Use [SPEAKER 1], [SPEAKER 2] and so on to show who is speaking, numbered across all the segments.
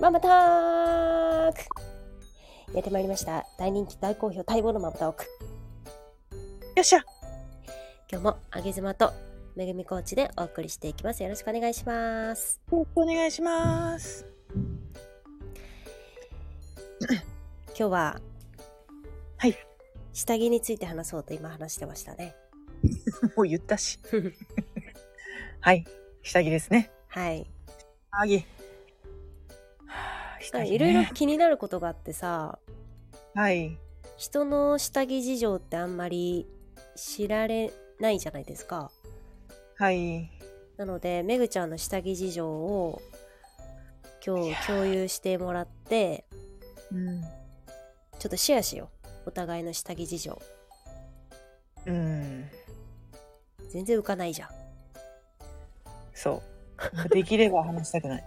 [SPEAKER 1] ママタークやってまいりました。大人気、大好評、待望のママターク。
[SPEAKER 2] よっしゃ
[SPEAKER 1] 今日も、あげ妻と、めぐみコーチでお送りしていきます。よろしくお願いします。
[SPEAKER 2] よろしくお願いします。
[SPEAKER 1] 今日は、
[SPEAKER 2] はい。
[SPEAKER 1] 下着について話そうと今話してました ね。
[SPEAKER 2] もう言ったし。はい。下着ですね。
[SPEAKER 1] はい。
[SPEAKER 2] 下着。はあ下着、ね。
[SPEAKER 1] いろいろ気になることがあってさ、
[SPEAKER 2] はい。
[SPEAKER 1] 人の下着事情ってあんまり知られないじゃないですか。
[SPEAKER 2] はい。
[SPEAKER 1] なのでめぐちゃんの下着事情を今
[SPEAKER 2] いや
[SPEAKER 1] 日
[SPEAKER 2] ー
[SPEAKER 1] 共有してもらって
[SPEAKER 2] うん。
[SPEAKER 1] ちょっとシェアしようお互いの下着事情
[SPEAKER 2] うん。
[SPEAKER 1] 全然浮かないじゃん
[SPEAKER 2] そう。 できれば話した くない。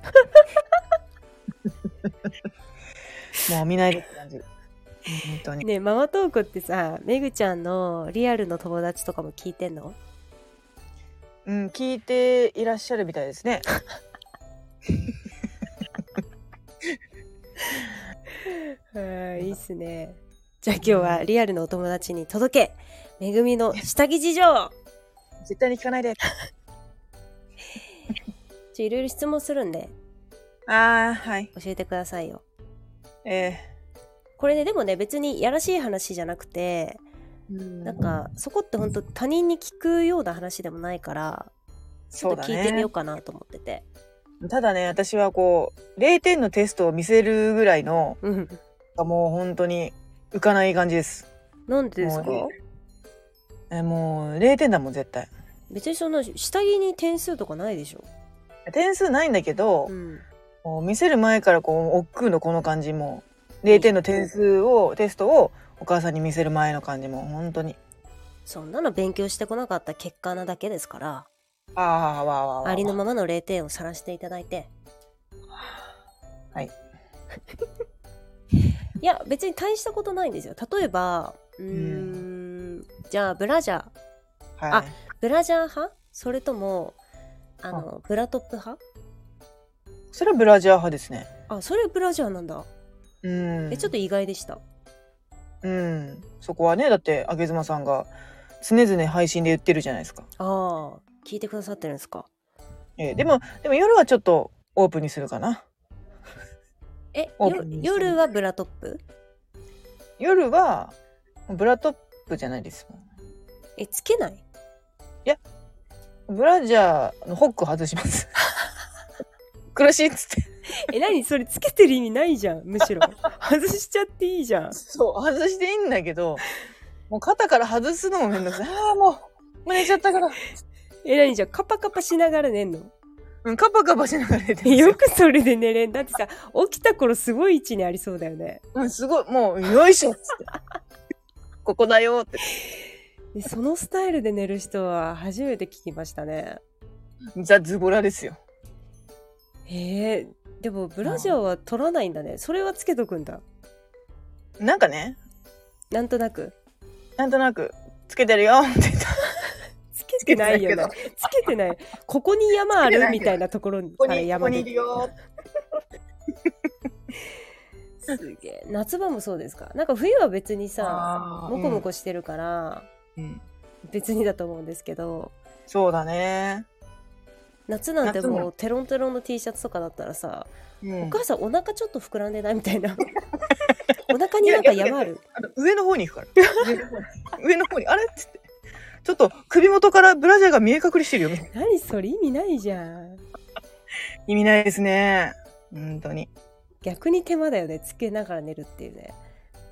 [SPEAKER 2] もう見ないでって感じ。本当に。
[SPEAKER 1] ねえママトークってさめぐちゃんのリアルの友達とかも聞いてんの
[SPEAKER 2] うん、聞いていらっしゃるみたいですね。
[SPEAKER 1] はいいいっすねじゃあ今日はリアルのお友達に届けめぐみの下着事情
[SPEAKER 2] 絶対に聞かないで。
[SPEAKER 1] ちょいろいろ質問するんで
[SPEAKER 2] ああ、はい。
[SPEAKER 1] 教えてくださいよ
[SPEAKER 2] え
[SPEAKER 1] これねでもね別にやらしい話じゃなくて
[SPEAKER 2] えうん
[SPEAKER 1] なんかそこって本当他人に聞くような話でもないからちょ
[SPEAKER 2] そ
[SPEAKER 1] っ
[SPEAKER 2] う
[SPEAKER 1] と
[SPEAKER 2] だ
[SPEAKER 1] 聞いてみ
[SPEAKER 2] ね
[SPEAKER 1] よう。かなと思ってて
[SPEAKER 2] ただね、私はこう、0点のテストを見せるぐらいの、
[SPEAKER 1] う,、ん
[SPEAKER 2] もう本当に浮かない感じです。
[SPEAKER 1] なんでですか
[SPEAKER 2] もうえもう0点だもん絶対。
[SPEAKER 1] 別にその下着に点数とかないでしょ、
[SPEAKER 2] 点数ないんだけど、
[SPEAKER 1] うん、
[SPEAKER 2] もう見せる前からこう億劫のこの感じも0点の点数をテストをお母さんに見せる前の感じも本当に。
[SPEAKER 1] そんなの勉強してこなかった結果なだけですから
[SPEAKER 2] ああわあわあわあ。
[SPEAKER 1] ありのままの0点を晒していただいて
[SPEAKER 2] はい。
[SPEAKER 1] いや別に大したことないんですよ例えばうーんじゃあブラジャー
[SPEAKER 2] はい。
[SPEAKER 1] ブラジャー派それともあのブラトップ派
[SPEAKER 2] それはブラジャー派ですね。
[SPEAKER 1] あそれブラジャーなんだ
[SPEAKER 2] うん。
[SPEAKER 1] えちょっと意外でした
[SPEAKER 2] うん。そこはねだってあげずまさんが常々配信で言ってるじゃないですか。
[SPEAKER 1] ああ聞いてくださってるんですか
[SPEAKER 2] えーでもでも夜はちょっとオープンにするかな。
[SPEAKER 1] えよ
[SPEAKER 2] オープンにしてる
[SPEAKER 1] 夜はブラトップ
[SPEAKER 2] 夜はブラトップじゃないですもん。
[SPEAKER 1] えつけない
[SPEAKER 2] ブラジャーのホック外します。 苦しいっつって。
[SPEAKER 1] え何それつけてる意味ないじゃんむ しろ外しちゃっていいじゃん
[SPEAKER 2] そう、外していいんだけど、もう肩から外すのもめんどくさい。 ああ、もう、もう寝ちゃったから。
[SPEAKER 1] え何じゃんカパカパしながら 寝んの
[SPEAKER 2] うん、カパカパしながら寝て
[SPEAKER 1] え
[SPEAKER 2] ます
[SPEAKER 1] よ
[SPEAKER 2] よ。
[SPEAKER 1] くそれで寝れんだってさ起きた頃すごい位置にありそうだよね
[SPEAKER 2] うん、すごい、もう、よいしょっつって。ここだよって。
[SPEAKER 1] えそのスタイルで寝る人は初めて聞きましたね
[SPEAKER 2] ザ・ズボラですよ。
[SPEAKER 1] えー、でもブラジャーは取らないんだねそれはつけとくんだ
[SPEAKER 2] なんかね、
[SPEAKER 1] なんとなく
[SPEAKER 2] なんとなく、つけてるよって言った。
[SPEAKER 1] つけてないよね
[SPEAKER 2] つ
[SPEAKER 1] つけてないここに山あ
[SPEAKER 2] つけて
[SPEAKER 1] る
[SPEAKER 2] ないけど
[SPEAKER 1] みたいなところに
[SPEAKER 2] ここ
[SPEAKER 1] から
[SPEAKER 2] に、ここ
[SPEAKER 1] 山
[SPEAKER 2] に
[SPEAKER 1] で
[SPEAKER 2] いるよ。
[SPEAKER 1] すげえ夏場もそうですかなんか冬は別にさ
[SPEAKER 2] あー
[SPEAKER 1] モコモ、コしてるから、
[SPEAKER 2] うんうん
[SPEAKER 1] 別にだと思うんですけど
[SPEAKER 2] そうだね。
[SPEAKER 1] 夏なんて
[SPEAKER 2] 夏も
[SPEAKER 1] もうテロンテロンの T シャツとかだったらさ、
[SPEAKER 2] うん
[SPEAKER 1] お母さんお腹ちょっと膨らんでないみたい なお腹になんか山ある
[SPEAKER 2] あの上の方に行くから上の方 に上の方にあれっつってちょっと首元からブラジャーが見え隠れしてるよみたいな
[SPEAKER 1] 何それ意味ないじゃん
[SPEAKER 2] 意味ないですね本当に
[SPEAKER 1] 逆に手間だよねつけながら寝るっていうね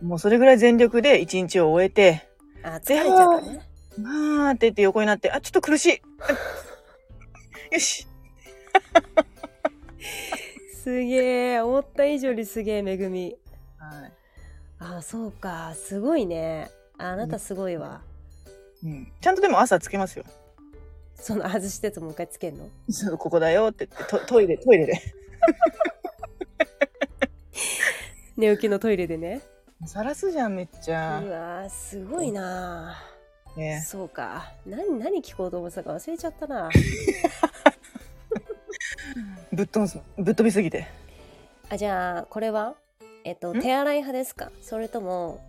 [SPEAKER 2] もうそれぐらい全力で一日を終えて
[SPEAKER 1] あ疲れちゃったね
[SPEAKER 2] 「まあ」って言って横になって「あちょっと苦しい」 あよし
[SPEAKER 1] すげえ思った以上にすげえ恵み
[SPEAKER 2] はい
[SPEAKER 1] あそうかすごいねああなたすごいわ、
[SPEAKER 2] うん、ちゃんとでも朝つけますよ
[SPEAKER 1] その外したやつもう一回つけんの
[SPEAKER 2] そうここだよって言ってトトイレトイレで
[SPEAKER 1] 寝起きのトイレでね
[SPEAKER 2] さらすじゃんめっち
[SPEAKER 1] う
[SPEAKER 2] ゃ、
[SPEAKER 1] わーすごいなあ
[SPEAKER 2] ね、
[SPEAKER 1] そうか何何聞こうと思ってたか忘れちゃ ったな
[SPEAKER 2] ぶっ飛んすぶっ飛びすぎて
[SPEAKER 1] あじゃあこれはえっと
[SPEAKER 2] ん
[SPEAKER 1] 手洗い派ですかそれとも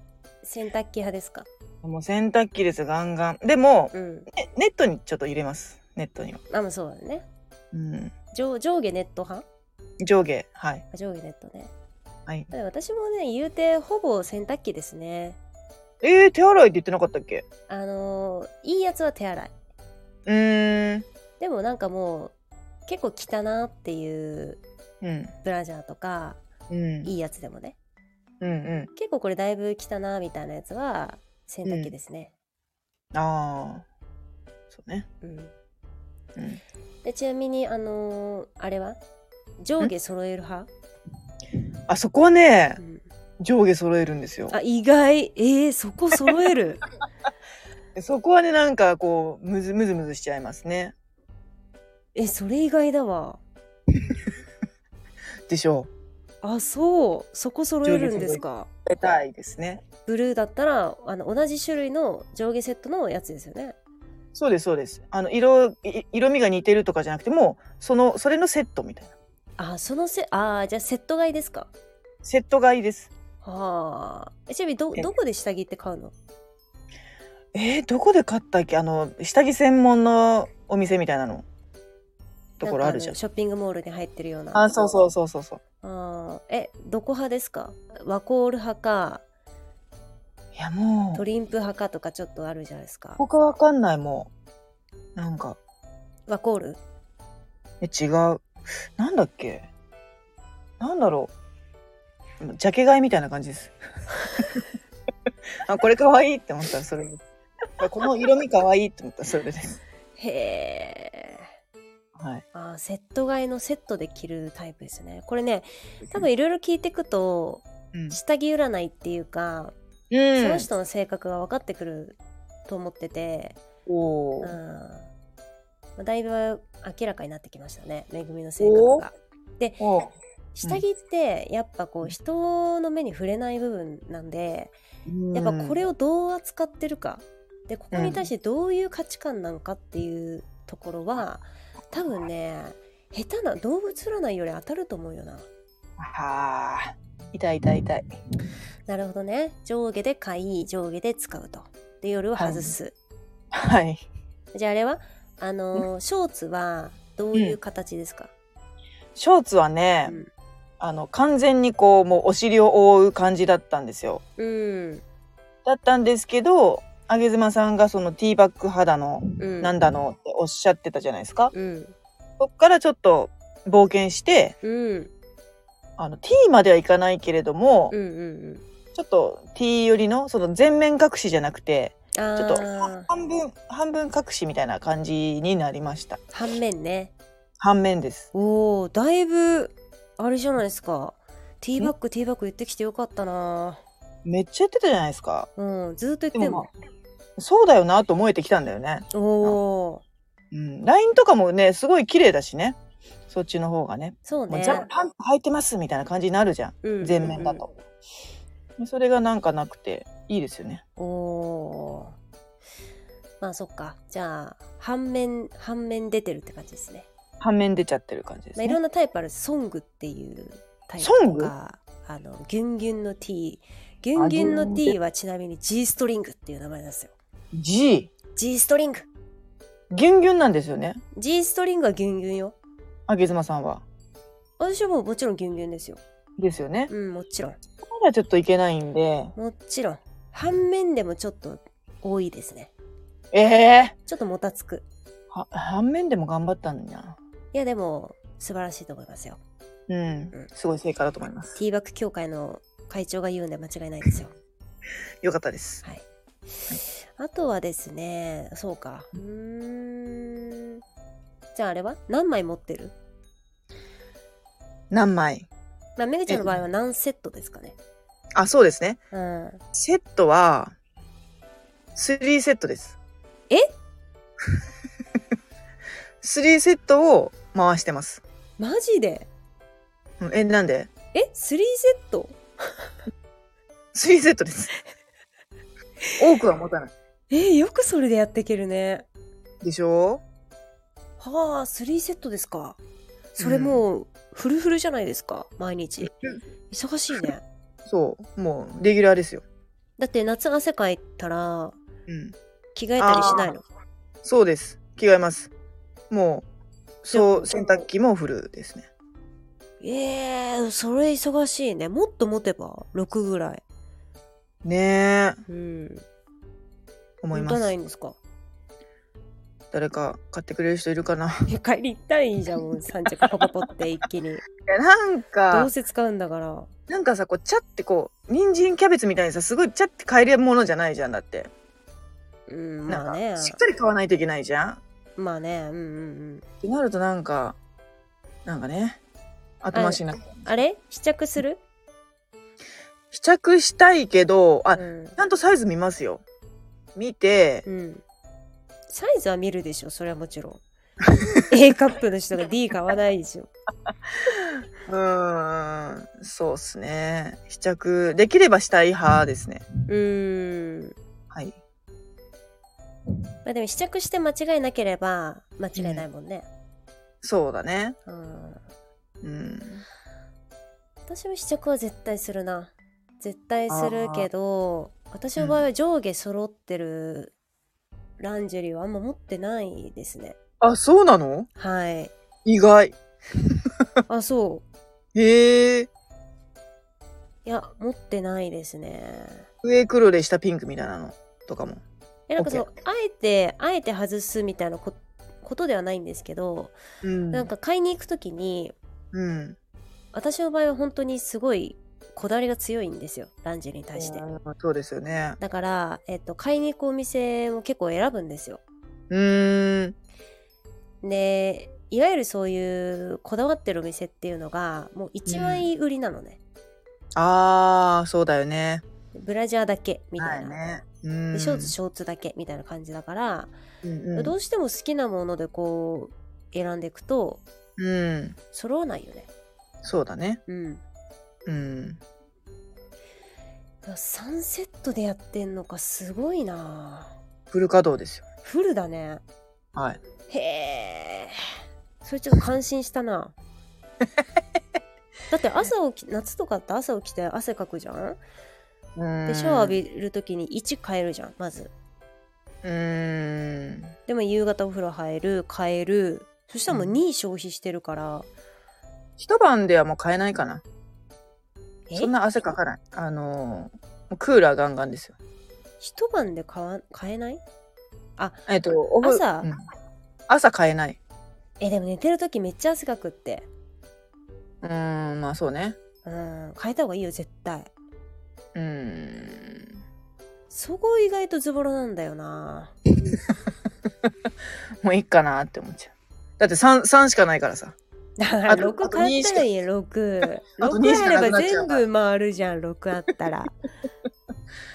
[SPEAKER 1] 洗濯機派ですか
[SPEAKER 2] もう洗濯機ですガンガンでも、
[SPEAKER 1] うん
[SPEAKER 2] ねネットにちょっと入れますネットには、
[SPEAKER 1] あもうそうだね
[SPEAKER 2] うん、
[SPEAKER 1] 上上下ネット派
[SPEAKER 2] 上下はい
[SPEAKER 1] あ上下ネットね
[SPEAKER 2] はい
[SPEAKER 1] で私もね言うてほぼ洗濯機ですね
[SPEAKER 2] えー、手洗いって言ってなかったっけ
[SPEAKER 1] あのーいいやつは手洗いう
[SPEAKER 2] ーん
[SPEAKER 1] でもなんかもう結構汚なっていう
[SPEAKER 2] うん
[SPEAKER 1] ブラジャーとか
[SPEAKER 2] うん
[SPEAKER 1] いいやつでもね
[SPEAKER 2] うんう
[SPEAKER 1] 結構これだいぶ汚なみたいなやつは洗濯機ですね、
[SPEAKER 2] んああそうね
[SPEAKER 1] うん
[SPEAKER 2] うん
[SPEAKER 1] でちなみにあのーあれは上下揃える派、
[SPEAKER 2] あそこはね
[SPEAKER 1] うん
[SPEAKER 2] 上下揃えるんですよ
[SPEAKER 1] あ意外えー、そこ揃える
[SPEAKER 2] そこはねなんかこうむずむずむずしちゃいますね
[SPEAKER 1] えそれ意外だわ
[SPEAKER 2] でしょう
[SPEAKER 1] あそうそこ揃えるんですか
[SPEAKER 2] 得たいですね
[SPEAKER 1] ブルーだったらあの同じ種類の上下セットのやつですよね
[SPEAKER 2] そうですそうですあの色い色味が似てるとかじゃなくてもうそのそれのセットみたいな
[SPEAKER 1] あそのせあーじゃあセット買いですか
[SPEAKER 2] セット買いです
[SPEAKER 1] はあえちなみにど
[SPEAKER 2] え
[SPEAKER 1] どこで下着って買うの
[SPEAKER 2] えー、どこで買ったっけあの下着専門のお店みたいなのところあるじゃ
[SPEAKER 1] なんかの
[SPEAKER 2] ん
[SPEAKER 1] ショッピングモールに入ってるような
[SPEAKER 2] あそうそうそうそうそう
[SPEAKER 1] あーえどこ派ですかワコール派か
[SPEAKER 2] いやも
[SPEAKER 1] ト
[SPEAKER 2] う
[SPEAKER 1] リンプ派かとかちょっとあるじゃないですか
[SPEAKER 2] 他わかんないもうなんか
[SPEAKER 1] ワコール
[SPEAKER 2] え違うなんだっけなんだろうジャケ買いみたいな感じです あこれ可愛いって思ったらそれですこの色味可愛いって思ったらそれです
[SPEAKER 1] へえ
[SPEAKER 2] はい
[SPEAKER 1] あーセット買いのセットで着るタイプですねこれね多分いろいろ聞いてくと
[SPEAKER 2] うん、
[SPEAKER 1] 下着占いっていうか、
[SPEAKER 2] うん
[SPEAKER 1] その人の性格が分かってくると思ってて、
[SPEAKER 2] お
[SPEAKER 1] うん
[SPEAKER 2] ー
[SPEAKER 1] まあ、だいぶ明らかになってきましたねめぐみの性格が
[SPEAKER 2] おー
[SPEAKER 1] 下着ってやっぱこう人の目に触れない部分なんで、
[SPEAKER 2] うん
[SPEAKER 1] やっぱこれをどう扱ってるかでここに対してどういう価値観なのかっていうところは多分ね下手な動物占いより当たると思うよな。
[SPEAKER 2] はあ痛い痛い痛い
[SPEAKER 1] なるほどね上下で買い上下で使うとで夜は外す、
[SPEAKER 2] はい
[SPEAKER 1] じゃああれはあのーショーツはどういう形ですか、
[SPEAKER 2] ショーツはね、
[SPEAKER 1] うん
[SPEAKER 2] あの完全にこうもうお尻を覆う感じだったんですよ
[SPEAKER 1] うん
[SPEAKER 2] だったんですけどあげずまさんがそのティーバッグ肌の
[SPEAKER 1] うん
[SPEAKER 2] なんだのっておっしゃってたじゃないですか。
[SPEAKER 1] うん
[SPEAKER 2] そっからちょっと冒険して、
[SPEAKER 1] うん
[SPEAKER 2] あの T まではいかないけれども、
[SPEAKER 1] うんうん
[SPEAKER 2] ちょっと T 寄りのその全面隠しじゃなくて、
[SPEAKER 1] うんあ
[SPEAKER 2] ちょっと
[SPEAKER 1] ー
[SPEAKER 2] 半分半分隠しみたいな感じになりました。
[SPEAKER 1] 反面ね
[SPEAKER 2] 半面です。
[SPEAKER 1] おおだいぶあれじゃないですかティーバッグティーバッグ言ってきてよかったな
[SPEAKER 2] めっちゃやってたじゃないですか。
[SPEAKER 1] うんずっと言って
[SPEAKER 2] で
[SPEAKER 1] ん
[SPEAKER 2] も
[SPEAKER 1] の
[SPEAKER 2] まあそうだよなと思えてきたんだよね。
[SPEAKER 1] おお
[SPEAKER 2] うん。ラインとかもねすごい綺麗だしね。そっちの方がね。
[SPEAKER 1] そう
[SPEAKER 2] もう
[SPEAKER 1] ね
[SPEAKER 2] じゃあパンツ履いてますみたいな感じになるじゃん。
[SPEAKER 1] うんうんうん
[SPEAKER 2] 全面だと。それがなんかなくていいですよね。
[SPEAKER 1] おおーまあそっかじゃあ反面反面出てるって感じですね
[SPEAKER 2] 半面出ちゃってる感じです
[SPEAKER 1] まあ、
[SPEAKER 2] ね。
[SPEAKER 1] いろんなタイプあるソングっていうタイプとかあのギュンギュンの T ギュンギュンの T はちなみに G ストリングっていう名前なんですよ
[SPEAKER 2] G
[SPEAKER 1] G ストリング
[SPEAKER 2] ギュンギュンなんですよね
[SPEAKER 1] G ストリングはギュンギュンよ
[SPEAKER 2] あげずまさんは
[SPEAKER 1] 私はもうもちろんギュンギュンですよ
[SPEAKER 2] ですよね
[SPEAKER 1] うんもちろん
[SPEAKER 2] まだちょっといけないんで
[SPEAKER 1] もちろん反面でもちょっと多いですね
[SPEAKER 2] ええ
[SPEAKER 1] ちょっともたつく
[SPEAKER 2] ー、は反面でも頑張ったんだない
[SPEAKER 1] やでも素晴らしいと思いますよ
[SPEAKER 2] うんすごい成果だと思います
[SPEAKER 1] T バック協会の会長が言うんで間違いないですよ
[SPEAKER 2] よかったです
[SPEAKER 1] はい。あとはですね、そうか。うーん。じゃああれは何枚持ってる
[SPEAKER 2] 何枚
[SPEAKER 1] まあ、めぐちゃんの場合は何セットですかね。
[SPEAKER 2] あそうですね
[SPEAKER 1] うん。
[SPEAKER 2] セットは3セットです
[SPEAKER 1] え
[SPEAKER 2] 3セットを回してます
[SPEAKER 1] マジで
[SPEAKER 2] うんえなんで
[SPEAKER 1] え ?3 セット
[SPEAKER 2] ?3 セットです 多くは持たない
[SPEAKER 1] えよくそれでやっていけるね。
[SPEAKER 2] でしょ
[SPEAKER 1] はあ、3セットですか。それもう、フルフルじゃないですか毎日忙しいね
[SPEAKER 2] そうもうレギュラーですよ、
[SPEAKER 1] だって夏汗かいたら
[SPEAKER 2] うん、
[SPEAKER 1] 着替えたりしないの
[SPEAKER 2] そうです着替えますもうそう洗濯機もフルですね
[SPEAKER 1] えー、それ忙しいねもっと持てば6ぐらい
[SPEAKER 2] ね
[SPEAKER 1] う
[SPEAKER 2] え
[SPEAKER 1] ん
[SPEAKER 2] 思い
[SPEAKER 1] 持
[SPEAKER 2] ま
[SPEAKER 1] たな
[SPEAKER 2] す
[SPEAKER 1] いんですか
[SPEAKER 2] 誰か買ってくれる人いるか ない
[SPEAKER 1] え帰り行ったらいいじゃんもう3着パパパって一気に
[SPEAKER 2] やなん
[SPEAKER 1] ど
[SPEAKER 2] か
[SPEAKER 1] うせ使うんだから
[SPEAKER 2] なんかさこうチャってこう人参キャベツみたいにさすごいチャって買えるものじゃないじゃんだって
[SPEAKER 1] うん
[SPEAKER 2] な
[SPEAKER 1] まあ
[SPEAKER 2] ん
[SPEAKER 1] ね
[SPEAKER 2] かしっかり買わないといけないじゃんっ
[SPEAKER 1] まあねうんうんうん
[SPEAKER 2] てなるとなんかなんかね後回しになっ
[SPEAKER 1] あれ試着する、
[SPEAKER 2] 試着したいけど
[SPEAKER 1] う
[SPEAKER 2] あ、
[SPEAKER 1] ん
[SPEAKER 2] ちゃんとサイズ見ますよ見て
[SPEAKER 1] うん、サイズは見るでしょそれはもちろん A カップの人が D 買わないでしょ
[SPEAKER 2] うーんそうっすね試着できればしたい派ですね
[SPEAKER 1] うーん
[SPEAKER 2] はい
[SPEAKER 1] まあでも試着して間違いなければ間違いないもんね、
[SPEAKER 2] そうだね
[SPEAKER 1] うん、
[SPEAKER 2] うん
[SPEAKER 1] 私も試着は絶対するな絶対するけど私の場合は上下揃ってるランジェリーはあんま持ってないですね
[SPEAKER 2] あそうなの
[SPEAKER 1] はい
[SPEAKER 2] 意外
[SPEAKER 1] あそう
[SPEAKER 2] へえ
[SPEAKER 1] いや持ってないですね
[SPEAKER 2] 上黒で下ピンクみたいなのとかも
[SPEAKER 1] えなんかそうあえてあえて外すみたいなこことではないんですけど、
[SPEAKER 2] うん
[SPEAKER 1] なんか買いに行く時に
[SPEAKER 2] うん
[SPEAKER 1] 私の場合は本当にすごいこだわりが強いんですよランジェリーに対して
[SPEAKER 2] あーそうですよね
[SPEAKER 1] だから、えっと、買いに行くお店も結構選ぶんですよ
[SPEAKER 2] うーん
[SPEAKER 1] でいわゆるそういうこだわってるお店っていうのがもう一枚売りなのね、
[SPEAKER 2] あーそうだよね
[SPEAKER 1] ブラジャーだけみたいな、
[SPEAKER 2] はねう
[SPEAKER 1] で
[SPEAKER 2] ん
[SPEAKER 1] ショーツショーツだけみたいな感じだから、
[SPEAKER 2] うん
[SPEAKER 1] どうしても好きなものでこう選んでいくと
[SPEAKER 2] うん、うん、
[SPEAKER 1] 揃わないよね
[SPEAKER 2] そうだね
[SPEAKER 1] うん
[SPEAKER 2] うん
[SPEAKER 1] 3セットでやってんのかすごいな
[SPEAKER 2] フル稼働ですよ
[SPEAKER 1] フルだね
[SPEAKER 2] はい
[SPEAKER 1] へえそれちょっと感心したなだって朝起き夏とかって朝起きて汗かくじゃんでシャワー浴びる時に位置変えるじゃんまず
[SPEAKER 2] うーん
[SPEAKER 1] でも夕方お風呂入る変えるそしたらもう2消費してるから、
[SPEAKER 2] 一晩ではもう買えないかな
[SPEAKER 1] え
[SPEAKER 2] そんな汗かかないあのーもうクーラーガンガンですよ
[SPEAKER 1] 一晩で買わ買えない
[SPEAKER 2] えっとお風呂
[SPEAKER 1] 朝
[SPEAKER 2] うん朝買えない
[SPEAKER 1] えでも寝てる時めっちゃ汗かくって
[SPEAKER 2] うーんまあそうね
[SPEAKER 1] うん変えた方がいいよ絶対
[SPEAKER 2] うーん
[SPEAKER 1] そこ意外とズボラなんだよな
[SPEAKER 2] もういいかなって思っちゃうだって 3, 3しかないからさ
[SPEAKER 1] だから
[SPEAKER 2] あと
[SPEAKER 1] 6買ったらいいよ6
[SPEAKER 2] あと2
[SPEAKER 1] 6
[SPEAKER 2] し
[SPEAKER 1] あ
[SPEAKER 2] かな
[SPEAKER 1] れ
[SPEAKER 2] く
[SPEAKER 1] ば
[SPEAKER 2] なっちゃう
[SPEAKER 1] 全部回るじゃん6あったら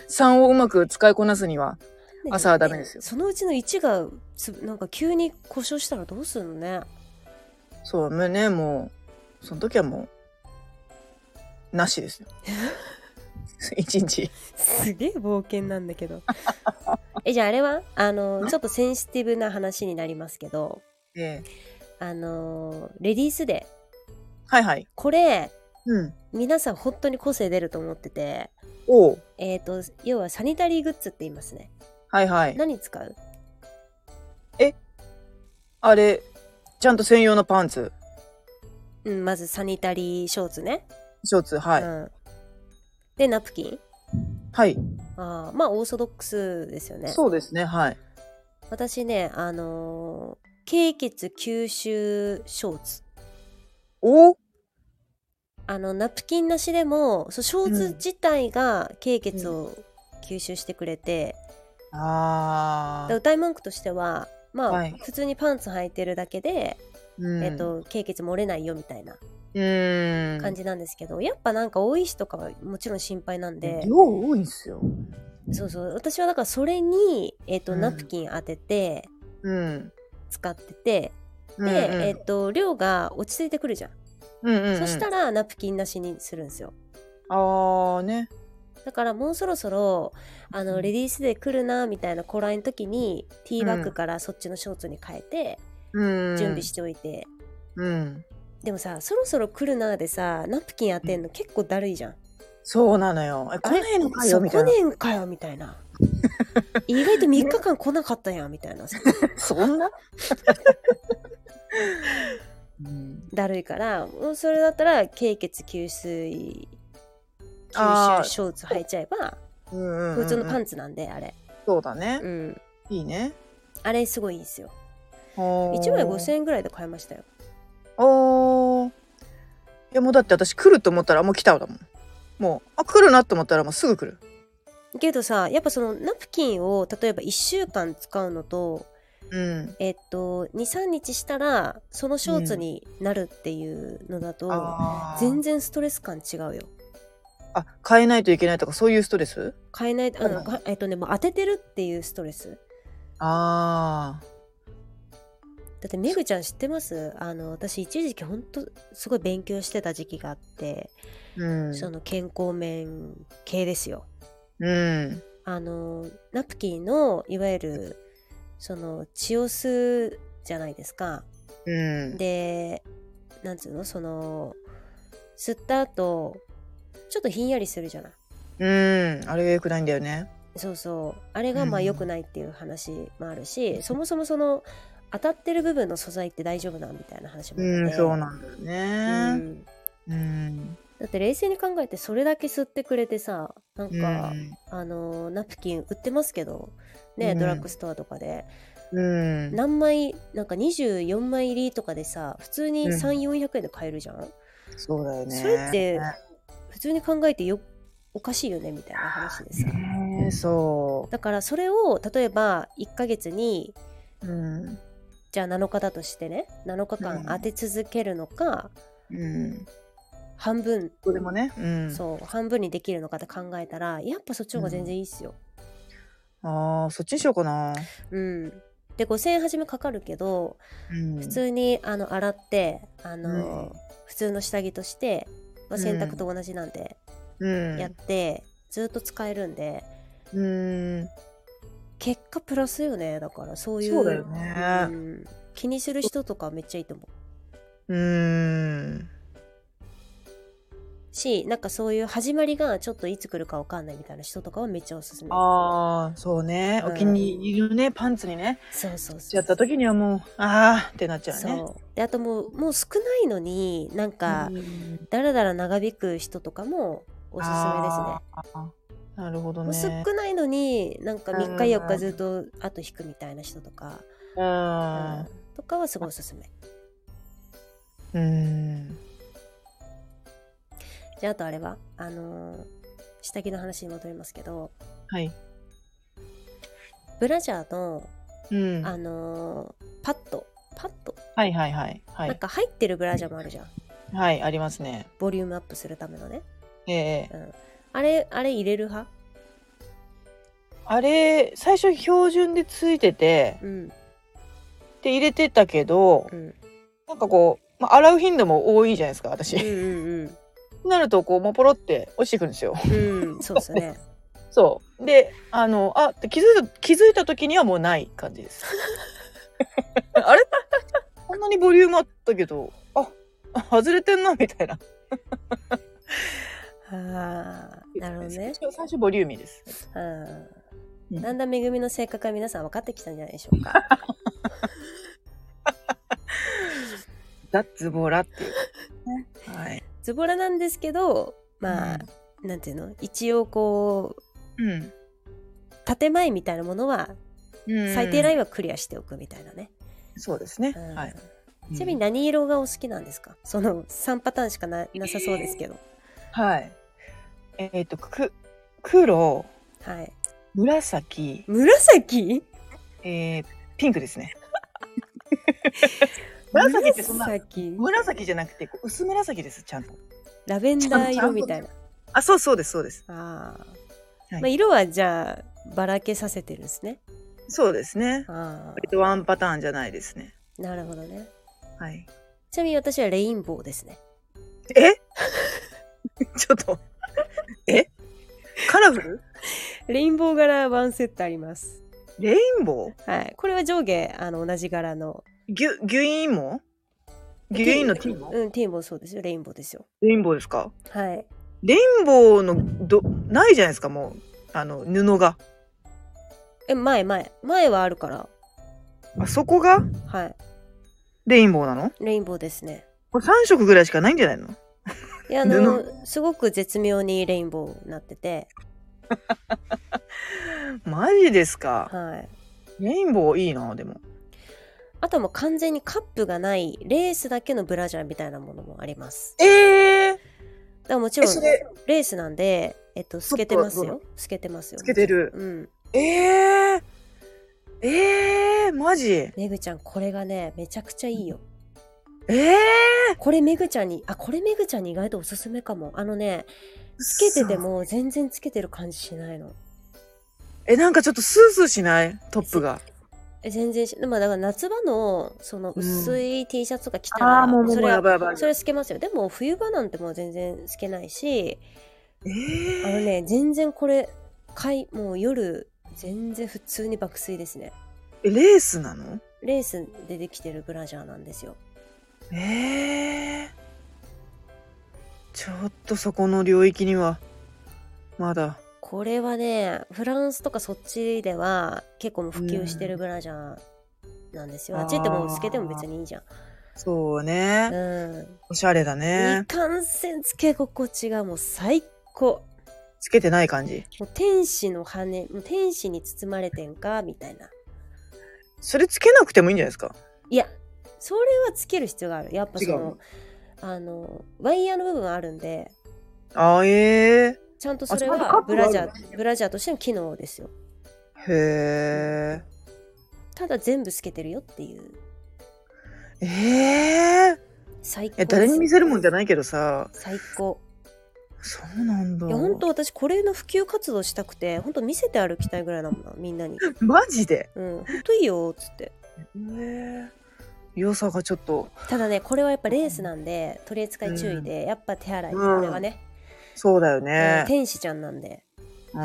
[SPEAKER 2] 3をうまく使いこなすには朝はダメですよ
[SPEAKER 1] そのうちの1がつなんか急に故障したらどうするのね
[SPEAKER 2] そうもうねもうその時はもうなしですよ 一日
[SPEAKER 1] すげえ冒険なんだけ どえじゃああれはあのちょっとセンシティブな話になりますけど
[SPEAKER 2] ええ
[SPEAKER 1] あのレディースデー
[SPEAKER 2] はいはい
[SPEAKER 1] これ
[SPEAKER 2] うん
[SPEAKER 1] 皆さん本当に個性出ると思ってて
[SPEAKER 2] おう
[SPEAKER 1] えっ、と要はサニタリーグッズって言いますね
[SPEAKER 2] はいはい
[SPEAKER 1] 何使う
[SPEAKER 2] あれちゃんと専用のパンツ
[SPEAKER 1] うんまずサニタリーショーツね
[SPEAKER 2] ショーツはい、
[SPEAKER 1] うん、でナプキン
[SPEAKER 2] はい
[SPEAKER 1] あーまあオーソドックスですよね
[SPEAKER 2] そうですねはい
[SPEAKER 1] 私ねあのー経血吸収ショーツ
[SPEAKER 2] お
[SPEAKER 1] あのナプキンなしでもそうショー
[SPEAKER 2] う
[SPEAKER 1] ツ
[SPEAKER 2] ん
[SPEAKER 1] 自体が経血を吸収してくれて、
[SPEAKER 2] あ
[SPEAKER 1] だ歌い文句としてはまあ、
[SPEAKER 2] はい
[SPEAKER 1] 普通にパンツ履いてるだけで、
[SPEAKER 2] うん
[SPEAKER 1] えっと経血漏れないよみたいな
[SPEAKER 2] うーん
[SPEAKER 1] 感じなんですけど、やっぱなんか多い日とかはもちろん心配なんで、
[SPEAKER 2] 量多いんすよ
[SPEAKER 1] そうそう私はだからそれに、えっと
[SPEAKER 2] うん
[SPEAKER 1] ナプキン当てて
[SPEAKER 2] うん
[SPEAKER 1] 使ってて、
[SPEAKER 2] うんうん
[SPEAKER 1] で、えっと量が落ち着いてくるじゃん、
[SPEAKER 2] うんうんうん
[SPEAKER 1] そしたらナプキンなしにするんですよ
[SPEAKER 2] あーね
[SPEAKER 1] だからもうそろそろあの
[SPEAKER 2] うん
[SPEAKER 1] レディースで来るなみたいな頃合いの時にティーバッ
[SPEAKER 2] う
[SPEAKER 1] グ
[SPEAKER 2] ん
[SPEAKER 1] からそっちのショーツに変えて
[SPEAKER 2] うん
[SPEAKER 1] 準備しておいて、
[SPEAKER 2] うん
[SPEAKER 1] でもさそろそろ来るなでさナプキン当てんの結構だるいじゃん
[SPEAKER 2] そうなのよ。え、来
[SPEAKER 1] れ
[SPEAKER 2] ねえのか
[SPEAKER 1] そ
[SPEAKER 2] よ、
[SPEAKER 1] う
[SPEAKER 2] みたい
[SPEAKER 1] 来
[SPEAKER 2] な
[SPEAKER 1] ね。えんかよみたいな意外と3日間来なかったやんみたいなさ
[SPEAKER 2] そ んなうん
[SPEAKER 1] だるいからもうそれだったら経血吸水
[SPEAKER 2] あ
[SPEAKER 1] 吸収
[SPEAKER 2] ー
[SPEAKER 1] ショーツ履いちゃえば
[SPEAKER 2] うんうんうんうん
[SPEAKER 1] 普通のパンツなんであれ
[SPEAKER 2] そうだね
[SPEAKER 1] う。ん
[SPEAKER 2] いいね。
[SPEAKER 1] あれすごいいいんですよ
[SPEAKER 2] 1
[SPEAKER 1] 1枚5000円ぐらいで買いましたよ
[SPEAKER 2] おーいやもうだって私来ると思ったらもう来ただもんもうあ来るなと思ったらもうすぐ来る
[SPEAKER 1] けどさやっぱそのナプキンを例えば1週間使うのと
[SPEAKER 2] うん
[SPEAKER 1] えっと23日したらそのショーツになるっていうのだと、
[SPEAKER 2] あー
[SPEAKER 1] 全然ストレス感違うよ
[SPEAKER 2] あ変えないといけないとかそういうストレス
[SPEAKER 1] 買えないあ
[SPEAKER 2] そう
[SPEAKER 1] の
[SPEAKER 2] なの
[SPEAKER 1] かえっとねもう当ててるっていうストレス
[SPEAKER 2] あ
[SPEAKER 1] だってめぐちゃん知ってますあの私一時期ほんとすごい勉強してた時期があって、
[SPEAKER 2] ーうん
[SPEAKER 1] その健康面系ですよ
[SPEAKER 2] うん
[SPEAKER 1] あのナプキンのいわゆるその血を吸うじゃないですか
[SPEAKER 2] うん
[SPEAKER 1] でなんつうのその吸った後ちょっとひんやりするじゃない
[SPEAKER 2] うんあれが良くないんだよね
[SPEAKER 1] そうそうあれがまあ
[SPEAKER 2] うん
[SPEAKER 1] 良くないっていう話もあるし、そもそもその当たってる部分の素材って大丈夫なみたいな話もあって、
[SPEAKER 2] うんそうなんだよ
[SPEAKER 1] う
[SPEAKER 2] ね
[SPEAKER 1] ん
[SPEAKER 2] うん
[SPEAKER 1] だって冷静に考えてそれだけ吸ってくれてさなん
[SPEAKER 2] うん
[SPEAKER 1] か、あのナプキン売ってますけどね、
[SPEAKER 2] うん
[SPEAKER 1] ドラッグストアとかで
[SPEAKER 2] うん
[SPEAKER 1] 何枚なんか24枚入りとかでさ普通に3400円で買えるじゃん、
[SPEAKER 2] そうだよね
[SPEAKER 1] それって普通に考えてよおかしいよねみたいな話でさ
[SPEAKER 2] ねそ
[SPEAKER 1] だからそれを例えば1ヶ月に
[SPEAKER 2] ううん
[SPEAKER 1] じゃあ7日だとしてね7日
[SPEAKER 2] う
[SPEAKER 1] 間
[SPEAKER 2] ん
[SPEAKER 1] 当て続けるのか、
[SPEAKER 2] うん
[SPEAKER 1] 半分、
[SPEAKER 2] これもねうん
[SPEAKER 1] そう半分にできるのかって考えたらやっぱそっちの方が全然いいっすよ。
[SPEAKER 2] あーそっちにしようかな
[SPEAKER 1] うん、で5,000円初めかかるけど
[SPEAKER 2] 普
[SPEAKER 1] 普通にあの洗ってあの、
[SPEAKER 2] うん
[SPEAKER 1] 普通の下着として、まあ、
[SPEAKER 2] うん
[SPEAKER 1] 洗濯と同じなんで
[SPEAKER 2] うん
[SPEAKER 1] やって、ずっと使えるんで
[SPEAKER 2] うん
[SPEAKER 1] 結果プラスよねだからそういう
[SPEAKER 2] そうだよね
[SPEAKER 1] うん気にする人とかめっちゃいいと思う。
[SPEAKER 2] うーん。
[SPEAKER 1] しなんかそういう始まりがちょっといつ来るかわかんないみたいな人とかはめっちゃおすすめ
[SPEAKER 2] ああ、そうね。
[SPEAKER 1] うん
[SPEAKER 2] お気に入りのね、パンツにね、
[SPEAKER 1] そうそう
[SPEAKER 2] し
[SPEAKER 1] そ
[SPEAKER 2] ち
[SPEAKER 1] う
[SPEAKER 2] ゃった時にはもう、ああってなっちゃうね。
[SPEAKER 1] そうであともうもう少ないのになんか
[SPEAKER 2] うん
[SPEAKER 1] だらだら長引く人とかもおすすめですね
[SPEAKER 2] あーなるほど
[SPEAKER 1] もう
[SPEAKER 2] ね。
[SPEAKER 1] 少ないのになんか
[SPEAKER 2] うん
[SPEAKER 1] 3日4日ずっと後引くみたいな人とか、うんとかはすごいおすすめ
[SPEAKER 2] うん。うん。
[SPEAKER 1] じゃああとあれはあのー下着の話に戻りますけど
[SPEAKER 2] はい。
[SPEAKER 1] ブラジャーの、
[SPEAKER 2] うん。
[SPEAKER 1] あ
[SPEAKER 2] は
[SPEAKER 1] のーパッドパッド、
[SPEAKER 2] いはいはい。は
[SPEAKER 1] なん
[SPEAKER 2] い。
[SPEAKER 1] か入ってるブラジャーもあるじゃん
[SPEAKER 2] はい、ありますね。
[SPEAKER 1] ボリュームアップするためのね
[SPEAKER 2] ええ
[SPEAKER 1] あれあれ入れる派
[SPEAKER 2] あれ、最初標準でついてて、
[SPEAKER 1] うん
[SPEAKER 2] で入れてたけど
[SPEAKER 1] う、ん
[SPEAKER 2] なんかこう、まあ、洗う頻度も多いじゃないですか、私。
[SPEAKER 1] うんうん
[SPEAKER 2] なると、こう、もうポロって落ちてくるんですよ。
[SPEAKER 1] うんう んそうですね
[SPEAKER 2] そうであのあって気づいた気づいた時にはもうない感じです あれこんなにボリュームあったけどああ外れてんなみたいな
[SPEAKER 1] ああ、なるほどね。
[SPEAKER 2] 最初最初ボリューミーです
[SPEAKER 1] う。
[SPEAKER 2] うんん
[SPEAKER 1] だんだんめぐみの性格は皆さん分かってきたんじゃないでしょう か。
[SPEAKER 2] ザ・ズボラっていう、ね、 はい
[SPEAKER 1] ズボラなんですけど、まあ、なんていうの一応こう、
[SPEAKER 2] うん、
[SPEAKER 1] 建前みたいなものは、
[SPEAKER 2] うん、
[SPEAKER 1] 最低ラインはクリアしておくみたいなね。
[SPEAKER 2] そうですね、
[SPEAKER 1] うん
[SPEAKER 2] はい
[SPEAKER 1] ちなみに
[SPEAKER 2] うん
[SPEAKER 1] 何色がお好きなんですかその3パターンしかななさそうですけど。
[SPEAKER 2] はいえっとく黒
[SPEAKER 1] はい。
[SPEAKER 2] 紫、
[SPEAKER 1] 紫
[SPEAKER 2] えー、ピンクで すね紫ってそんな
[SPEAKER 1] 紫
[SPEAKER 2] 紫じゃなくてこう薄紫ですちゃんと
[SPEAKER 1] ラベンダー色みたいな。
[SPEAKER 2] あそうそうですそうです
[SPEAKER 1] ああ。
[SPEAKER 2] はい
[SPEAKER 1] まあ、色はじゃあ、ばらけさせてるんですね。
[SPEAKER 2] そうですね。
[SPEAKER 1] あ
[SPEAKER 2] 割とワンパターンじゃないですね。
[SPEAKER 1] あ。なるほどね。
[SPEAKER 2] はい。
[SPEAKER 1] ちなみに私はレインボーですね。
[SPEAKER 2] えちょっと。えカラフル
[SPEAKER 1] レインボー柄ワンセットあります。
[SPEAKER 2] レインボー
[SPEAKER 1] はい。これは上下あの同じ柄の。
[SPEAKER 2] ギュ、ギュインも原因のティーボー
[SPEAKER 1] うん、ティーボーそうですよ。レインボーですよ。
[SPEAKER 2] レインボーですか
[SPEAKER 1] はい。
[SPEAKER 2] レインボーのどないじゃないですかもうあの布が
[SPEAKER 1] え、前、前。前はあるから。
[SPEAKER 2] あそこが
[SPEAKER 1] はい。
[SPEAKER 2] レインボーなの
[SPEAKER 1] レインボーですね。
[SPEAKER 2] これ3色ぐらいしかないんじゃないの
[SPEAKER 1] いや、あの、すごく絶妙にレインボーになってて。
[SPEAKER 2] マジですか
[SPEAKER 1] はい。
[SPEAKER 2] レインボーいいなでも
[SPEAKER 1] あとはもう完全にカップがないレースだけのブラジャーみたいなものもあります。
[SPEAKER 2] ええ
[SPEAKER 1] だからもち
[SPEAKER 2] え
[SPEAKER 1] ろん、
[SPEAKER 2] それ
[SPEAKER 1] レースなんで、えっと、透けてますよ。透けてますよ。
[SPEAKER 2] つけてる
[SPEAKER 1] うん。
[SPEAKER 2] ええええマジえ
[SPEAKER 1] めぐちゃん、これがね、めちゃくちゃいいよ。
[SPEAKER 2] え
[SPEAKER 1] これめぐちゃんに、あ、これめぐちゃんに意外とおすすめかも。あのね、つけてても全然つけてる感じしないの。
[SPEAKER 2] えなんかちょっとスースーしないトップが
[SPEAKER 1] え全然し、まあだから夏場の、その薄い T シャツとか着た
[SPEAKER 2] あ
[SPEAKER 1] ら、
[SPEAKER 2] あもうもう
[SPEAKER 1] そ
[SPEAKER 2] もう
[SPEAKER 1] れ
[SPEAKER 2] や
[SPEAKER 1] は、
[SPEAKER 2] ばいやばい
[SPEAKER 1] それ透けますよ。でも冬場なんてもう全然透けないし、
[SPEAKER 2] え
[SPEAKER 1] あの
[SPEAKER 2] え
[SPEAKER 1] ね、全然これ、かい、もう夜、全然普通に爆睡ですね。
[SPEAKER 2] えレースなの
[SPEAKER 1] レースでできてるブラジャーなんですよ。
[SPEAKER 2] ええちょっとそこの領域にはまだ
[SPEAKER 1] これはね、フランスとかそっちでは結構もう普及してるブラジャーなんですよ。
[SPEAKER 2] うん
[SPEAKER 1] あっち行ってもう透けても別にいいじゃん。
[SPEAKER 2] そうね、
[SPEAKER 1] うん。
[SPEAKER 2] おしゃれだね
[SPEAKER 1] いかんせんつけ心地がもう最高。
[SPEAKER 2] つけてない感じ
[SPEAKER 1] もう天使の羽、もう天使に包まれてんか、みたいな。
[SPEAKER 2] それつけなくてもいいんじゃないですか
[SPEAKER 1] いや、それはつける必要がある。やっぱそ
[SPEAKER 2] 違うの
[SPEAKER 1] の、あの、ワイヤーの部分はあるんで、
[SPEAKER 2] あーえ
[SPEAKER 1] ちゃんとそれ
[SPEAKER 2] あちゃんとカッ
[SPEAKER 1] は
[SPEAKER 2] プ
[SPEAKER 1] ブ
[SPEAKER 2] があ
[SPEAKER 1] ラ
[SPEAKER 2] る
[SPEAKER 1] ジャー、ブラジャーとしての機能ですよ。
[SPEAKER 2] ーへー
[SPEAKER 1] ただ全部透けてるよっていう。
[SPEAKER 2] ええ
[SPEAKER 1] 最高
[SPEAKER 2] え誰に見せるもんじゃ
[SPEAKER 1] ない
[SPEAKER 2] ないけどさ
[SPEAKER 1] 最高。
[SPEAKER 2] そうなんだ
[SPEAKER 1] いや、本当私これの普及活動したくて、本当見せて歩きたいぐらいだもんな、みんなに。
[SPEAKER 2] マジで
[SPEAKER 1] うん、本当いいよ、つって。
[SPEAKER 2] え良さがちょっと
[SPEAKER 1] ただね、これはやっぱレースなんで、取り扱い注意で、やっぱ手洗い、
[SPEAKER 2] うん
[SPEAKER 1] これはね、
[SPEAKER 2] そうだよ
[SPEAKER 1] うん
[SPEAKER 2] ね
[SPEAKER 1] 天使ちゃんなんで。
[SPEAKER 2] うん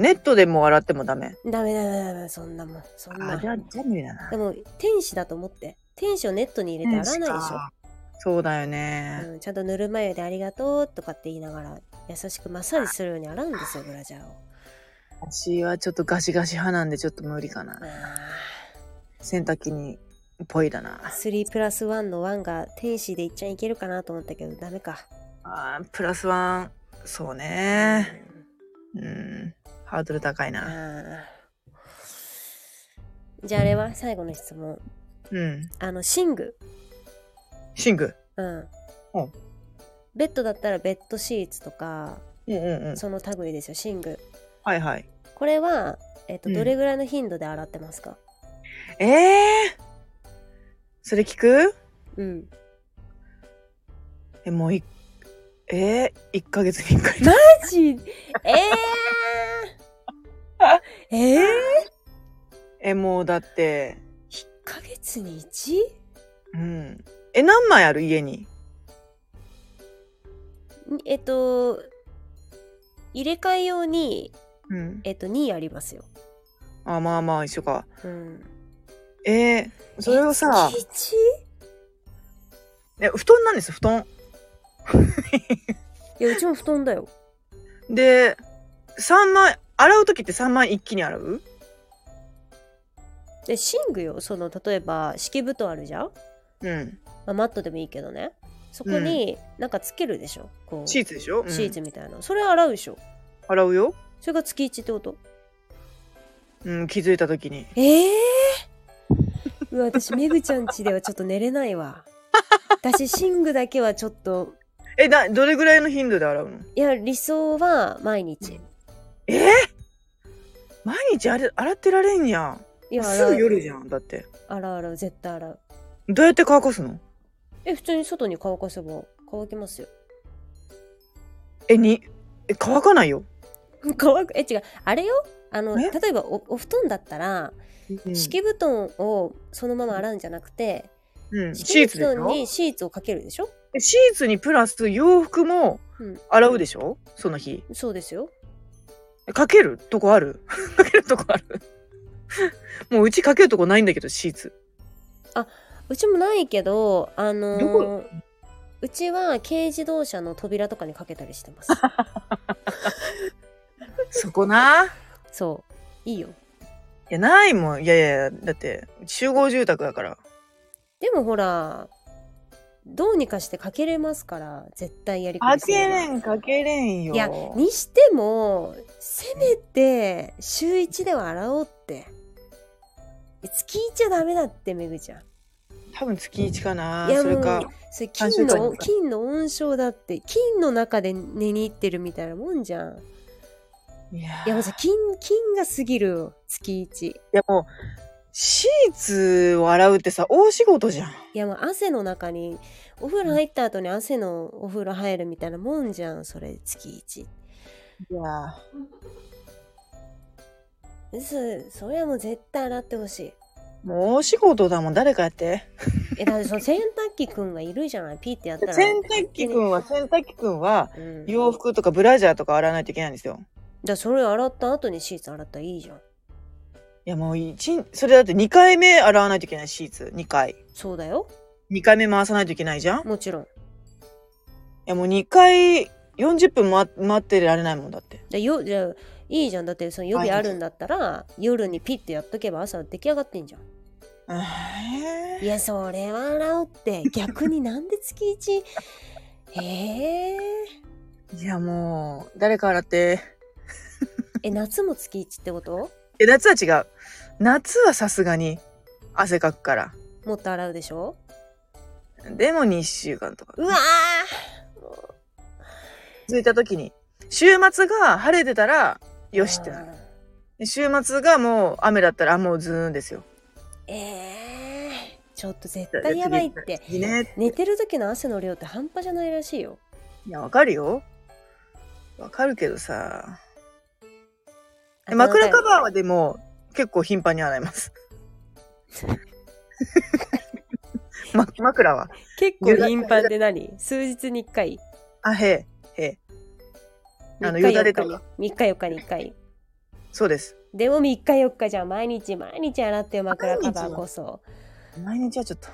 [SPEAKER 2] ネットでも洗ってもダメ
[SPEAKER 1] ダメダメダメ、そんなもん、そんな
[SPEAKER 2] あじゃあじゃあ無理だな
[SPEAKER 1] でも、天使だと思って。天使をネットに入れて洗わないでしょ。
[SPEAKER 2] そうだよね、
[SPEAKER 1] うん、ちゃんとぬるま湯でありがとうとかって言いながら優しくマッサージするように洗うんですよブラジャーを。
[SPEAKER 2] 私はちょっとガシガシ派なんでちょっと無理かな洗濯機にぽいだな
[SPEAKER 1] 3プラス1の1が天使でいっちゃいけるかなと思ったけどダメか。
[SPEAKER 2] あープラスワンそうねうんハードル高い
[SPEAKER 1] うん
[SPEAKER 2] な
[SPEAKER 1] あーじゃああれは最後の質問。
[SPEAKER 2] うん
[SPEAKER 1] あの寝具。
[SPEAKER 2] シング
[SPEAKER 1] うん
[SPEAKER 2] うん
[SPEAKER 1] ベッドだったらベッドシーツとか
[SPEAKER 2] うんうんうん
[SPEAKER 1] その類ですよ寝具。
[SPEAKER 2] はいはい
[SPEAKER 1] これは、えっと
[SPEAKER 2] うん
[SPEAKER 1] どれぐらいの頻度で洗ってますか、
[SPEAKER 2] ええー、それ聞く
[SPEAKER 1] うん、
[SPEAKER 2] えもういえー、1ヶ月に1回
[SPEAKER 1] マジえー、えー、1
[SPEAKER 2] えもうだって
[SPEAKER 1] ヶ月に 1?
[SPEAKER 2] うんえ何枚ある家に
[SPEAKER 1] えっと入れ替え用に、
[SPEAKER 2] うん
[SPEAKER 1] えっと、2ありますよ。
[SPEAKER 2] あまあまあ一緒か
[SPEAKER 1] うん、
[SPEAKER 2] えー、それをさ
[SPEAKER 1] え月
[SPEAKER 2] え布団なんです布団
[SPEAKER 1] 1? いやうちも布団だよ。
[SPEAKER 2] で3枚洗う時って3枚一気に洗う
[SPEAKER 1] で寝具よその例えば敷布団あるじゃん、ま
[SPEAKER 2] うん
[SPEAKER 1] あ、マットでもいいけどねそこになんかつけるでしょ、こう
[SPEAKER 2] シーツでしょ、うん
[SPEAKER 1] シーツみたいなそれ洗うでしょ
[SPEAKER 2] 洗うよ、
[SPEAKER 1] それが月1ってこと
[SPEAKER 2] うん、気づいた時に
[SPEAKER 1] ええ ー、うわ私めぐちゃん家ではちょっと寝れないわ私寝具だけはちょっと
[SPEAKER 2] えだどれぐらいの頻度で洗うの
[SPEAKER 1] いや理想は毎日
[SPEAKER 2] えー、毎日あれ洗ってられんや
[SPEAKER 1] い
[SPEAKER 2] ん
[SPEAKER 1] や
[SPEAKER 2] すぐ夜じ
[SPEAKER 1] ん
[SPEAKER 2] ゃんだって
[SPEAKER 1] 洗う洗う絶対洗う
[SPEAKER 2] どうやって乾かすの
[SPEAKER 1] え普通に外に乾かせば乾きますよ
[SPEAKER 2] えにえ乾かないよ、
[SPEAKER 1] 乾くえ違うあれよあの
[SPEAKER 2] え
[SPEAKER 1] 例えばおお布団だったら、
[SPEAKER 2] うん
[SPEAKER 1] 敷布団をそのまま洗うんじゃなくて
[SPEAKER 2] うん、シ
[SPEAKER 1] 敷
[SPEAKER 2] ーツ
[SPEAKER 1] 布
[SPEAKER 2] でし
[SPEAKER 1] 団
[SPEAKER 2] ょ
[SPEAKER 1] にシーツをかけるでしょ
[SPEAKER 2] えシーツにプラス洋服も
[SPEAKER 1] うん
[SPEAKER 2] 洗うでしょその日
[SPEAKER 1] そうですよ
[SPEAKER 2] えかけるとこある かけるとこあるもううちかけるとこないんだけどシーツ
[SPEAKER 1] うちもないけど、あのー
[SPEAKER 2] どこ
[SPEAKER 1] うちは軽自動車の扉とかにかけたりして ます。
[SPEAKER 2] そこな。い
[SPEAKER 1] そう。いいよ。
[SPEAKER 2] や、ないもん。いやいやいや、だって、集合住宅だから。
[SPEAKER 1] でもほら、どうにかしてかけれますから、絶対やり
[SPEAKER 2] か
[SPEAKER 1] 返
[SPEAKER 2] けれん、かけれんよ。
[SPEAKER 1] いや、にしても、せめて、週一では洗おうって。月一じゃダメだって、めぐちゃん。
[SPEAKER 2] 多分月一かな。
[SPEAKER 1] いや
[SPEAKER 2] それか
[SPEAKER 1] も。それ
[SPEAKER 2] あそ
[SPEAKER 1] 金
[SPEAKER 2] うか
[SPEAKER 1] の、金の温床だって、金の中で寝に行ってるみたいなもんじゃん。
[SPEAKER 2] いや
[SPEAKER 1] いや、もうさ、金、金が過ぎるよ、月一。
[SPEAKER 2] いやもう、シーツを洗うってさ、大仕事じゃん。
[SPEAKER 1] いやもう汗の中にお風呂入った後に汗のお風呂入るみたいなもんじゃんそれ月一
[SPEAKER 2] いや
[SPEAKER 1] ですそれはもう絶対洗ってほしい
[SPEAKER 2] もう大仕事だもん、誰かやって。
[SPEAKER 1] えだってその洗濯機くんがいるじゃないピーってやったら
[SPEAKER 2] 洗濯機くんは、洗濯機くんは、
[SPEAKER 1] うん、だか
[SPEAKER 2] 洋服とかブラジャーとか洗わないといけないんですよ。
[SPEAKER 1] らそれ洗った後にシーツ洗ったらいいじゃん
[SPEAKER 2] いやもう一日、それだって2回目洗わないといけないシーツ、2回。
[SPEAKER 1] そうだよ
[SPEAKER 2] 2回目回さないといけないじゃん。い
[SPEAKER 1] もちろん
[SPEAKER 2] やもう2回、40分待待ってられないもんだって。
[SPEAKER 1] でよじゃあいいじゃんだってその予備あるんだったら夜にピッてやっとけば朝出来上がってんじゃん
[SPEAKER 2] えー
[SPEAKER 1] いやそれは洗おう って逆になんで月一えー、
[SPEAKER 2] いやもう、誰か洗って。
[SPEAKER 1] え夏も月一ってこと
[SPEAKER 2] え、夏は違う。夏はさすがに汗かくから。
[SPEAKER 1] もっと洗うでしょ
[SPEAKER 2] でも2週間とか。
[SPEAKER 1] うわ
[SPEAKER 2] 続いた時に週末が晴れてたら
[SPEAKER 1] ー
[SPEAKER 2] よしってなる
[SPEAKER 1] る
[SPEAKER 2] で週末がもう雨だったらあもうズーンですよ
[SPEAKER 1] えー、ちょっと絶対やばいって
[SPEAKER 2] いいね
[SPEAKER 1] 寝てる時の汗の量って半端じゃないらしいよ
[SPEAKER 2] いやわかるよわかるけどさで
[SPEAKER 1] あ
[SPEAKER 2] 枕カバー
[SPEAKER 1] ー
[SPEAKER 2] はでも結構頻繁に洗います ま、枕は
[SPEAKER 1] 結構頻繁で何数日に1回
[SPEAKER 2] あへえへえあの
[SPEAKER 1] 3
[SPEAKER 2] よ
[SPEAKER 1] 日
[SPEAKER 2] だ
[SPEAKER 1] 4
[SPEAKER 2] れ
[SPEAKER 1] 日
[SPEAKER 2] と
[SPEAKER 1] に
[SPEAKER 2] か
[SPEAKER 1] 3日4日に1回
[SPEAKER 2] そうです
[SPEAKER 1] でも3日4日じゃん毎日毎日洗ってよ枕カバーこそ
[SPEAKER 2] 毎日はちょっと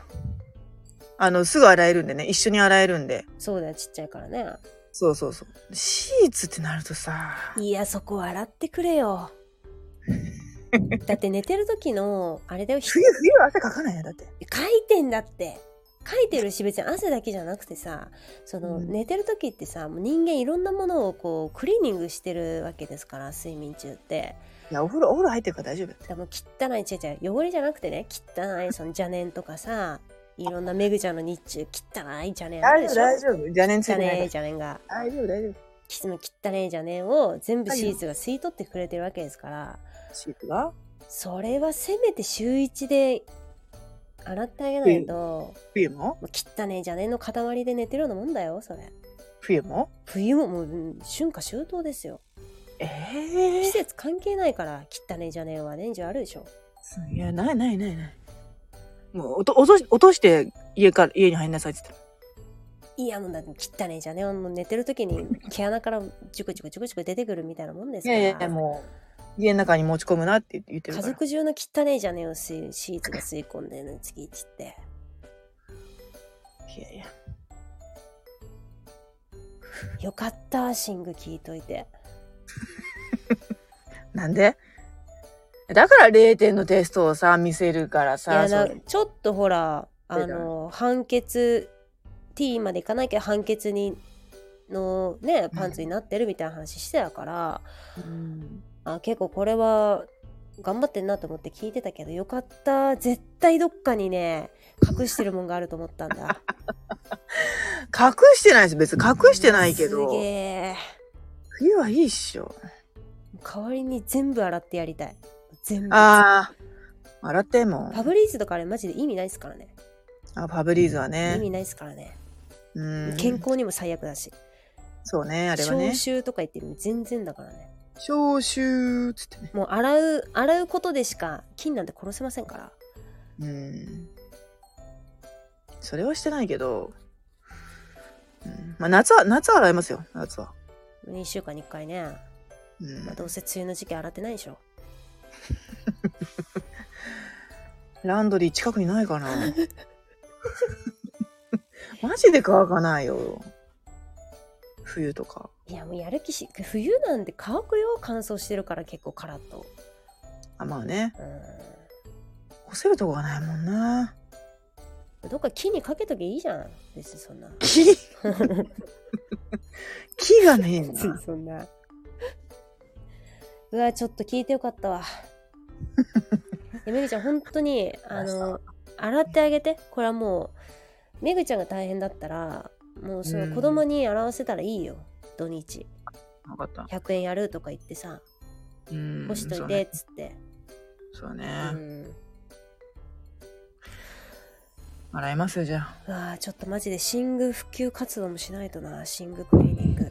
[SPEAKER 2] あのすぐ洗えるんでね一緒に洗えるんで
[SPEAKER 1] そうだよちっちゃいからね
[SPEAKER 2] そうそうそうシーツってなるとさ
[SPEAKER 1] いやそこ洗ってくれよだって寝てる時のあれだよ
[SPEAKER 2] 冬冬は汗かかないよだって
[SPEAKER 1] 書いてんだって書いてるし別に汗だけじゃなくてさその、
[SPEAKER 2] うん
[SPEAKER 1] 寝てる時ってさもう人間いろんなものをこうクリーニングしてるわけですから睡眠中って
[SPEAKER 2] いやお風呂お風呂入ってるから大丈夫だって
[SPEAKER 1] だからもう汚いちゃ違う汚れじゃなくてね汚いその邪念とか さいろんなめぐちゃんの日中汚い邪念あるでしょ
[SPEAKER 2] 丈夫邪念つい
[SPEAKER 1] 汚
[SPEAKER 2] て
[SPEAKER 1] い
[SPEAKER 2] ない
[SPEAKER 1] 邪念が
[SPEAKER 2] 大丈夫大丈夫
[SPEAKER 1] きつの汚い邪念を全部シーツが吸い取ってくれてるわけですから
[SPEAKER 2] シートが
[SPEAKER 1] それはせめて週一で洗ってあげないと。
[SPEAKER 2] 冬も
[SPEAKER 1] もう汚ねえじゃねえの塊で寝てるようなもんだよそれ
[SPEAKER 2] 冬も
[SPEAKER 1] 冬ももううん春夏秋冬ですよ
[SPEAKER 2] え
[SPEAKER 1] 季
[SPEAKER 2] え
[SPEAKER 1] 節関係ないから汚ねえじゃねえは年中あるでしょ
[SPEAKER 2] いやないないないないもうおと落とし落として家から家に入んなさいって言っ
[SPEAKER 1] いやもうだって汚ねえじゃねえはもう寝てる時に毛穴からジュクジュクジュクジュク出てくるみたいなもんです
[SPEAKER 2] た
[SPEAKER 1] から
[SPEAKER 2] らいやいやもう家の中に持ち込むなって言って
[SPEAKER 1] 家
[SPEAKER 2] るから
[SPEAKER 1] 族中の汚ねえじゃねえを吸いシーツが吸い込んでるの月一って
[SPEAKER 2] いやいや
[SPEAKER 1] よかったシング聞いといて
[SPEAKER 2] なんでだから0点のテストをさ見せるから
[SPEAKER 1] い
[SPEAKER 2] さ
[SPEAKER 1] やな
[SPEAKER 2] そう
[SPEAKER 1] ちょっとほら
[SPEAKER 2] そう
[SPEAKER 1] あ
[SPEAKER 2] だね
[SPEAKER 1] の判決 T までいかないけど判決にのねパンツになってるみたいな話してたから、
[SPEAKER 2] うん
[SPEAKER 1] あ結構これは頑張ってんなと思って聞いてたけどよかった絶対どっかにね隠してるもんがあると思ったんだ
[SPEAKER 2] 隠してないです別に隠してないけど
[SPEAKER 1] すげえ
[SPEAKER 2] 冬はいいっしょ
[SPEAKER 1] 代わりに全部洗ってやりたい全部
[SPEAKER 2] ああ洗っても
[SPEAKER 1] ファブリーズとかあれマジで意味ないですからね
[SPEAKER 2] あファブリーズは
[SPEAKER 1] 意
[SPEAKER 2] ね、
[SPEAKER 1] 味ないですからね、
[SPEAKER 2] うん、
[SPEAKER 1] 健康にも最悪だし、
[SPEAKER 2] そうねあれはね
[SPEAKER 1] 消臭とか言っても全然だからね
[SPEAKER 2] 消臭っつってね
[SPEAKER 1] もう洗う洗うことでしか菌なんて殺せませんから
[SPEAKER 2] うんそれはしてないけど、うんまあ、夏は夏は洗いますよ夏は、
[SPEAKER 1] 2週間に1回ね、
[SPEAKER 2] うん
[SPEAKER 1] まあ、どうせ梅雨の時期洗ってないでしょ
[SPEAKER 2] ランドリー近くにないかなマジで乾かないよ。冬とか。
[SPEAKER 1] いやもうやる気し冬なんて乾くよ乾燥してるから結構カラッと
[SPEAKER 2] あ、まあね。
[SPEAKER 1] う
[SPEAKER 2] 干せるとこがないもんな。
[SPEAKER 1] んどっか木にかけときゃいいじゃん別にそんな
[SPEAKER 2] 木 木がねえん
[SPEAKER 1] 別に
[SPEAKER 2] だ。
[SPEAKER 1] そんなうわちょっと聞いてよかった わいやめぐちゃん本当にあの洗ってあげてこれはもうめぐちゃんが大変だったらもうその子供に洗わせたらいいよ、土日
[SPEAKER 2] わかった。
[SPEAKER 1] 100円やるとか言ってさ
[SPEAKER 2] うん
[SPEAKER 1] 干しといてっつって、
[SPEAKER 2] そうね。
[SPEAKER 1] う
[SPEAKER 2] そうね
[SPEAKER 1] ん
[SPEAKER 2] 洗いますよ、じゃあ。
[SPEAKER 1] うわあちょっとマジで寝具普及活動もしないとな寝具クリーニング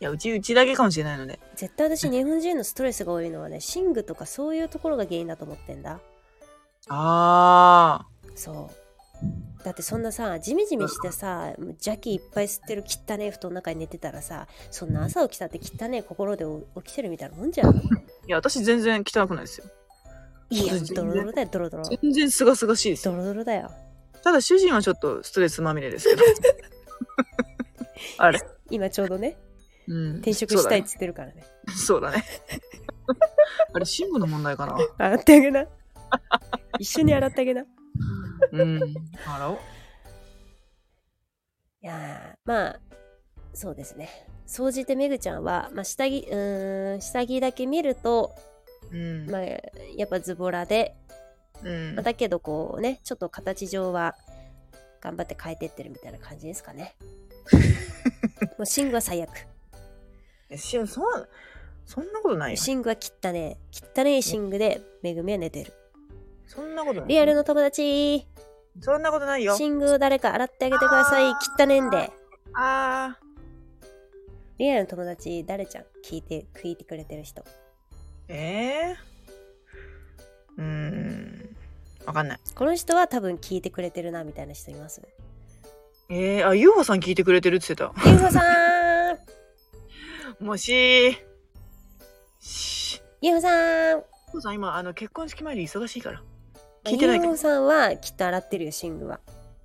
[SPEAKER 2] いや、うち、うちだけかもしれないので。
[SPEAKER 1] 絶対私日本人のストレスが多いのはね寝具とかそういうところが原因だと思ってんだ
[SPEAKER 2] あ
[SPEAKER 1] そうだってそんなさジメジメしてさ邪気いっぱい吸ってる汚ねえ布団の中に寝てたらさそんな朝起きたって汚ねえ心で起きてるみたいなもんじゃん
[SPEAKER 2] あ。いや、私全然汚くないですよ。
[SPEAKER 1] いいや
[SPEAKER 2] 全然
[SPEAKER 1] ドロドロだよドロドロ
[SPEAKER 2] 全然すがすがしいですよ。
[SPEAKER 1] ドロドロだよ
[SPEAKER 2] ただ、主人はちょっとストレスまみれです けど。あれ。
[SPEAKER 1] 今ちょうどね
[SPEAKER 2] うん。
[SPEAKER 1] 転職したいっつってるからね
[SPEAKER 2] そうだね。 あれ、新聞の問題かな。
[SPEAKER 1] 洗ってあげな一緒に洗ってあげない
[SPEAKER 2] うん。洗おう。
[SPEAKER 1] やーまあそうですね総じてめぐちゃんは、まあ、下着うーん下着だけ見ると、
[SPEAKER 2] うん。
[SPEAKER 1] まあ、やっぱズボラで
[SPEAKER 2] うん
[SPEAKER 1] まあ、だけどこうねちょっと形上は頑張って変えてってるみたいな感じですか ねもう寝具は最悪
[SPEAKER 2] えしそんそんなことないよ
[SPEAKER 1] 寝具は汚ねえ汚ねえ寝具でめぐみは寝てる
[SPEAKER 2] そんなことない
[SPEAKER 1] リアルの友達
[SPEAKER 2] そんなことないよ
[SPEAKER 1] 寝具を誰か洗ってあげてください汚ねえんで
[SPEAKER 2] あー
[SPEAKER 1] リアルの友達誰ちゃん聞いて聞いてくれてる人
[SPEAKER 2] えー、うーんわかんない
[SPEAKER 1] この人は多分聞いてくれてるなみたいな人います
[SPEAKER 2] えー、あゆうほさん聞いてくれてるって言って
[SPEAKER 1] ゆうほさん
[SPEAKER 2] たもしし
[SPEAKER 1] ゆうほさん
[SPEAKER 2] ゆうほさん今あの結婚式前で忙しいから聞いてない
[SPEAKER 1] ゆう
[SPEAKER 2] けど
[SPEAKER 1] ほさんはきっと洗ってるよ寝具は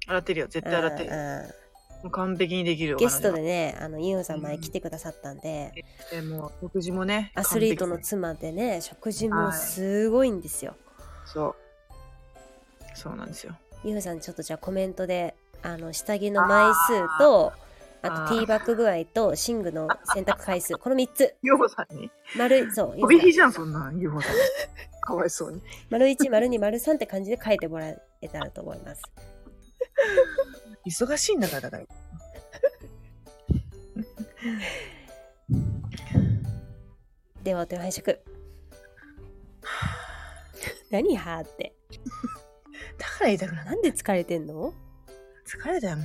[SPEAKER 2] 洗ってるよ絶対洗ってる
[SPEAKER 1] うん
[SPEAKER 2] も
[SPEAKER 1] うん
[SPEAKER 2] う完璧にできるよ
[SPEAKER 1] ゲストで
[SPEAKER 2] ね
[SPEAKER 1] ね、あの、ユンさん前
[SPEAKER 2] うん
[SPEAKER 1] 来てくださったんで、
[SPEAKER 2] えーもう食事もね
[SPEAKER 1] アスリートの
[SPEAKER 2] 完璧
[SPEAKER 1] 妻でね、食事
[SPEAKER 2] は
[SPEAKER 1] も
[SPEAKER 2] い
[SPEAKER 1] すごいんですよ。
[SPEAKER 2] そうそうなんですよ
[SPEAKER 1] ユンさん、ちょっとじゃあコメントで、あの、下着の枚数と、
[SPEAKER 2] あー
[SPEAKER 1] あとティーバッグ具合と、寝具の洗濯回数、この3つ。
[SPEAKER 2] ゆうほさんに
[SPEAKER 1] 丸い、そう、ユウ
[SPEAKER 2] 飛び
[SPEAKER 1] さん
[SPEAKER 2] 火じゃんそんなんゆうほさん かわいそうに
[SPEAKER 1] 丸1、丸2、丸3って感じで書いてもらえたらと思います。
[SPEAKER 2] 忙しいんだからだから。
[SPEAKER 1] では、お手を拝借。何はーって。
[SPEAKER 2] だから言いたくない。
[SPEAKER 1] なんで疲れてんの
[SPEAKER 2] 疲れたよ、も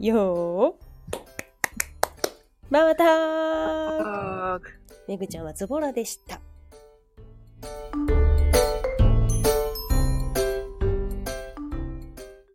[SPEAKER 2] う。
[SPEAKER 1] よー。まあまたー
[SPEAKER 2] あー
[SPEAKER 1] めぐちゃんはズボラでした。